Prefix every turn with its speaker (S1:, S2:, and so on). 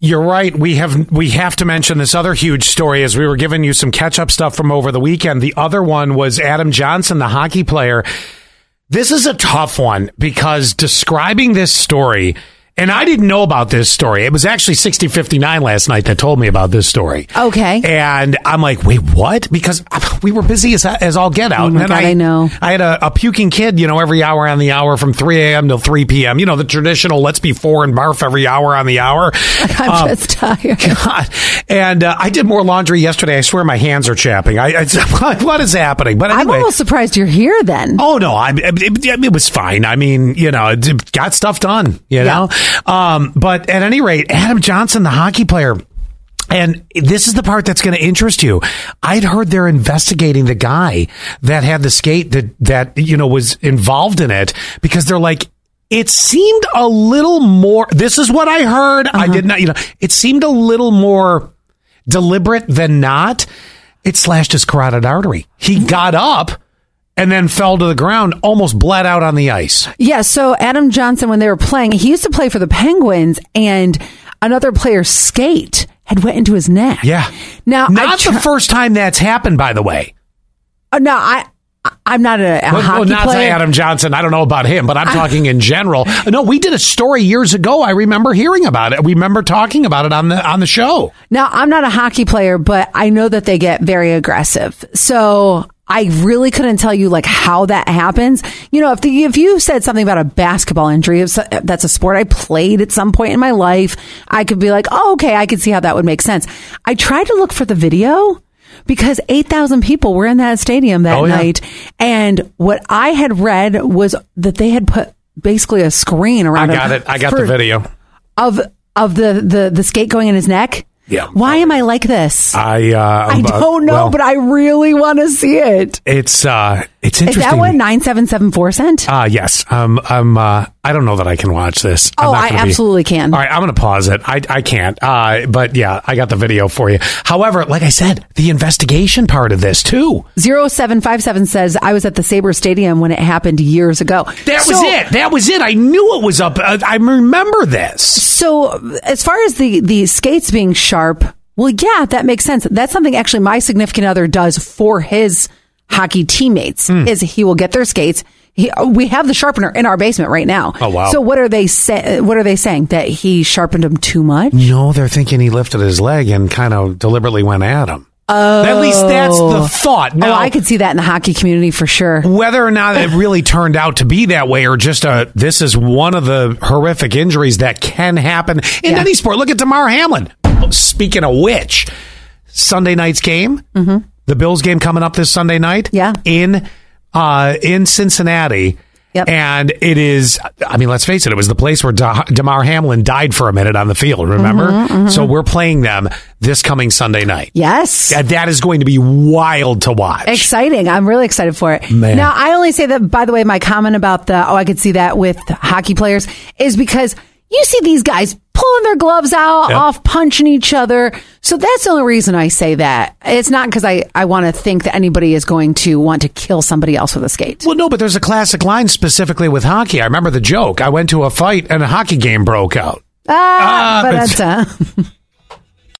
S1: You're right. We have we have to mention this other huge story as we were giving you some catch up stuff from over the weekend. The other one was Adam Johnson, the hockey player. This is a tough one because describing this story, and I didn't know about this story. It was actually 6059 last night that told me about this story.
S2: Okay.
S1: And I'm like, wait, what? Because we were busy as, as all get out.
S2: Oh
S1: and
S2: my
S1: then
S2: God, I know.
S1: I had a, a puking kid, you know, every hour on the hour from 3 a.m. till 3 p.m. You know, the traditional let's be four and barf every hour on the hour. Um,
S2: I'm just tired.
S1: God. And uh, I did more laundry yesterday. I swear my hands are chapping. I, I what is happening? But
S2: I'm
S1: anyway.
S2: almost surprised you're here then.
S1: Oh no, I, it, it was fine. I mean, you know, it got stuff done. You know, um, but at any rate, Adam Johnson, the hockey player. And this is the part that's going to interest you. I'd heard they're investigating the guy that had the skate that, that, you know, was involved in it because they're like, it seemed a little more, this is what I heard. I did not, you know, it seemed a little more deliberate than not. It slashed his carotid artery. He got up and then fell to the ground, almost bled out on the ice.
S2: Yeah, so Adam Johnson, when they were playing, he used to play for the Penguins, and another player's skate had went into his neck.
S1: Yeah.
S2: Now, I
S1: Not
S2: tr-
S1: the first time that's happened, by the way.
S2: uh, no, I, I- I'm not a,
S1: Well,
S2: a
S1: well,
S2: hockey
S1: not to
S2: player.
S1: Adam Johnson. I don't know about him, but I'm talking in general. No, we did a story years ago. I remember hearing about it. We remember talking about it on the on the show.
S2: Now, I'm not a hockey player, but I know that they get very aggressive. So I really couldn't tell you like how that happens. You know, if the, if you said something about a basketball injury, if so- that's a sport I played at some point in my life, I could be like, oh, okay, I could see how that would make sense. I tried to look for the video because 8,000 people were in that stadium that
S1: Oh, yeah.
S2: night. And what I had read was that they had put basically a screen
S1: I
S2: around
S1: got
S2: him
S1: it. I got
S2: for-
S1: the video.
S2: of of the the the skate going in his neck.
S1: Yeah.
S2: Why am I like this?
S1: I uh,
S2: I don't know, but I really want to see it.
S1: it's uh, it's
S2: Is
S1: interesting.
S2: that what nine seven seven four cent?
S1: Uh, yes. Um, I'm, uh, I don't know that I can watch this. I'm
S2: Oh,
S1: not
S2: I
S1: gonna be-
S2: absolutely can.
S1: All right. I'm going to pause it. I, I can't. Uh, but yeah, I got the video for you. However, like I said, the investigation part of this too.
S2: Zero seven five seven says I was at the Saber Stadium when it happened years ago.
S1: That was
S2: So-
S1: it. That was it. I knew it was up. Uh, I remember this.
S2: So as far as the the skates being sharp, well, yeah, that makes sense. That's something actually my significant other does for his hockey teammates
S1: Hmm.
S2: is he will get their skates. He, uh, we have the sharpener in our basement right now.
S1: Oh, wow.
S2: So what are they say, What are they saying that he sharpened them too much?
S1: No, they're thinking he lifted his leg and kind of deliberately went at him. Oh, at least that's the thought.
S2: Oh,
S1: Now,
S2: I could see that in the hockey community for sure.
S1: whether or not it really turned out to be that way or just a this is one of the horrific injuries that can happen in
S2: Yeah.
S1: any sport look at Damar hamlin speaking of which sunday night's game the bills game coming up this sunday night
S2: Mm-hmm. Yeah.
S1: in uh in cincinnati
S2: Yep.
S1: And it is, I mean, let's face it, it was the place where Da- Damar Hamlin died for a minute on the field, remember?
S2: Mm-hmm,
S1: So we're playing them this coming Sunday night.
S2: Yes.
S1: And that is going to be wild to watch.
S2: Exciting. I'm really excited for it.
S1: Man.
S2: Now, I only say that, by the way, my comment about the, oh, I could see that with hockey players is because you see these guys pulling their gloves out,
S1: Yep.
S2: off, punching each other. So that's the only reason I say that. It's not because I, I want to think that anybody is going to want to kill somebody else with a skate.
S1: Well, no, but there's a classic line specifically with hockey. I remember the joke. I went to a fight and a hockey game broke out. Ah,
S2: Ah, but
S1: but-
S2: that's, uh,